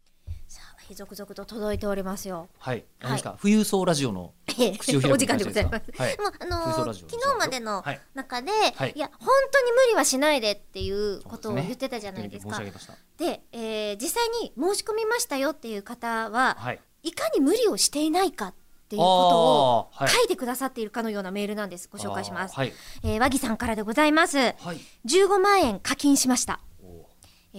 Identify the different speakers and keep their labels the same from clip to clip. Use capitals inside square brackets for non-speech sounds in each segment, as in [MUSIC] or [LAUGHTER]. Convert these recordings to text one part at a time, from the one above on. Speaker 1: はい続々と届いております
Speaker 2: [LAUGHS]
Speaker 1: よ。
Speaker 2: はい、何ですか、富裕層ラジオの口を開く
Speaker 1: お時間でございます。
Speaker 2: はい
Speaker 1: もうあ
Speaker 2: そういうそう
Speaker 1: の
Speaker 2: ラ
Speaker 1: ー昨
Speaker 2: ジオですよ
Speaker 1: 日までの
Speaker 2: はい
Speaker 1: 中で、
Speaker 2: はい
Speaker 1: い、や本当に無理はしないでっていうことを言ってたじゃないですか。
Speaker 2: テ
Speaker 1: で
Speaker 2: レビ申し上げまし
Speaker 1: えー実際に申し込みましたよっていう方は、
Speaker 2: た。はい。
Speaker 1: い、かに無理をしていないかっていうことを
Speaker 2: あーはい
Speaker 1: 書いてくださっているかのようなメールなんです。ご紹介します。
Speaker 2: あーはい。
Speaker 1: えー和木さんからでございます。
Speaker 2: はい。
Speaker 1: 15万円課金しました。
Speaker 2: おー
Speaker 1: え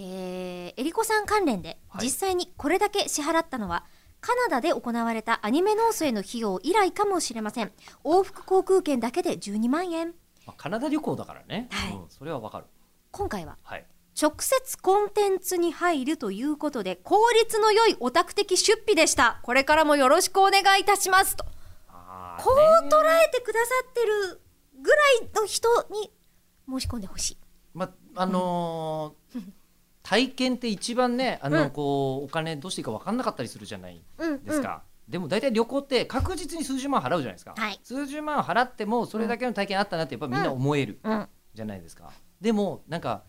Speaker 1: ー、えりこさん関連で
Speaker 2: はい
Speaker 1: 実際にこれだけ支払ったのは、カナダで行われたアニメノースへの費用以来かもしれません往復航空券だけで12万円
Speaker 2: まあ、カナダ旅行だからね。
Speaker 1: はい
Speaker 2: うん、それはわかる。
Speaker 1: 今回は
Speaker 2: はい。
Speaker 1: 直接コンテンツに入るということで効率の良いオタク的出費でしたこれからもよろしくお願いいたしますと
Speaker 2: あー
Speaker 1: こう
Speaker 2: ね
Speaker 1: 捉えてくださってるぐらいの人に申し込んでほしい
Speaker 2: まあのー体験って一番ね、あ
Speaker 1: う
Speaker 2: の、
Speaker 1: ん
Speaker 2: こうお金どうしていいかわかんなかったりするじゃない
Speaker 1: うんうん
Speaker 2: ですか。でも大体旅行って確実に数十万払うじゃないですか、
Speaker 1: はい
Speaker 2: 数十万払ってもそれだけの体験あったなってやっぱみんな思える
Speaker 1: うん
Speaker 2: じゃないですか、でもなんか、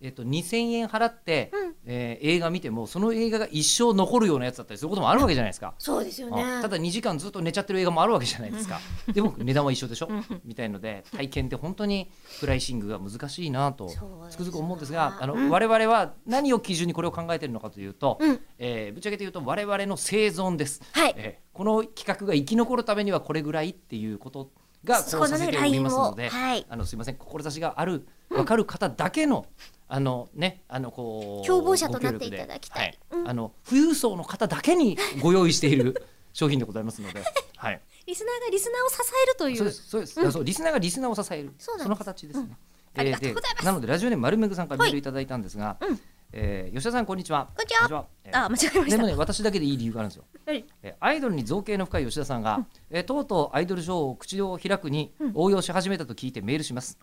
Speaker 2: えっと2,000円払って、
Speaker 1: うん
Speaker 2: えー映画見てもその映画が一生残るようなやつだったりすることもあるわけじゃないですか。
Speaker 1: そうですよね
Speaker 2: あただ2時間ずっと寝ちゃってる映画もあるわけじゃないですかでも値段は一緒でしょ
Speaker 1: うん
Speaker 2: みたいので体験って本当にプライシングが難しいなと
Speaker 1: そうです
Speaker 2: つ
Speaker 1: ね
Speaker 2: くづく思うんですがあの、
Speaker 1: うん
Speaker 2: 我々は何を基準にこれを考えているのかというと、
Speaker 1: うん
Speaker 2: えーぶっちゃけて言うと我々の生存です、
Speaker 1: はい
Speaker 2: えーこの企画が生き残るためにはこれぐらいっていうことが
Speaker 1: そ
Speaker 2: こ
Speaker 1: こ
Speaker 2: う
Speaker 1: の
Speaker 2: さ
Speaker 1: ね
Speaker 2: せておりますの
Speaker 1: ライ
Speaker 2: で、
Speaker 1: ンをはい
Speaker 2: あのすいません志がある分かる方だけの、あのねあのこう
Speaker 1: 共謀者となっていただきたい
Speaker 2: ご協
Speaker 1: う
Speaker 2: 力で
Speaker 1: ん
Speaker 2: あの富裕層の方だけにご用意している商品でございます
Speaker 1: [LAUGHS]
Speaker 2: ので、はい、
Speaker 1: リスナーがリスナーを支えるという
Speaker 2: そうですそうです、そうリスナーがリスナーを支える
Speaker 1: そうなんです
Speaker 2: の形ですね、
Speaker 1: うんありがとうございます
Speaker 2: でなのでラジオネーム丸めぐさんからメールいただいたんですが、
Speaker 1: うん
Speaker 2: えー吉田さんこんにちは
Speaker 1: こんにちは
Speaker 2: えー
Speaker 1: あ間違えまし
Speaker 2: で
Speaker 1: た
Speaker 2: もね私だけでいい理由があるんですよ
Speaker 1: はい
Speaker 2: えーアイドルに造形の深い吉田さんが、えーとうとうアイドルショーを口を開くに応用し始めたと聞いてメールします、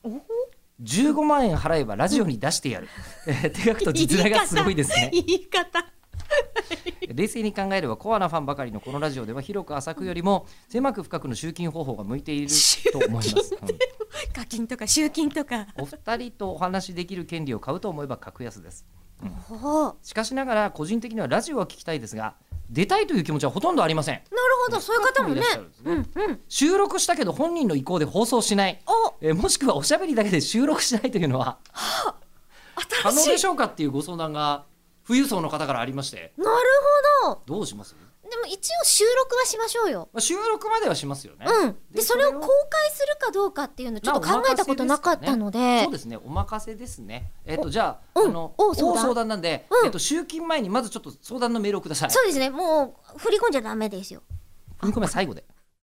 Speaker 2: 15万円払えばラジオに出してやる、 [LAUGHS] えー手書きと実名がすごいですね
Speaker 1: 言い方
Speaker 2: 冷静に考えればコアなファンばかりのこのラジオでは広く浅くよりも狭く深くの集金方法が向いていると思います、うん
Speaker 1: 課金とか集金とか
Speaker 2: お二人とお話しできる権利を買うと思えば格安です
Speaker 1: おおなる
Speaker 2: しかしながら個人的にはラジオは聞きたいですが出たいという気持ちはほとんどありません
Speaker 1: ほどそういう方もね
Speaker 2: いらっしゃるんですね
Speaker 1: うんうん
Speaker 2: 収録したけど本人の意向で放送しない
Speaker 1: お
Speaker 2: えーもしくはおしゃべりだけで収録しないというのは可能
Speaker 1: 新
Speaker 2: で
Speaker 1: し
Speaker 2: しょうかっていうご相談が富裕層の方からありまして
Speaker 1: いなるほど
Speaker 2: どうします、
Speaker 1: でも一応収録はしましょうよ
Speaker 2: まあ、収録まではしますよね。
Speaker 1: うんでそれを公
Speaker 2: う
Speaker 1: 開するかどうかっていうのちょっと
Speaker 2: まあ
Speaker 1: 考えたことなかったので
Speaker 2: そうですねお任せですね。えっ、とじゃあ、
Speaker 1: うん
Speaker 2: あの
Speaker 1: お
Speaker 2: お
Speaker 1: 相談
Speaker 2: 相談なんで、
Speaker 1: うん
Speaker 2: えっ、と集金前にまずちょっと相談のメールをください。
Speaker 1: そうですねもう振り込んじゃダメですよ
Speaker 2: 踏み込みは最後で。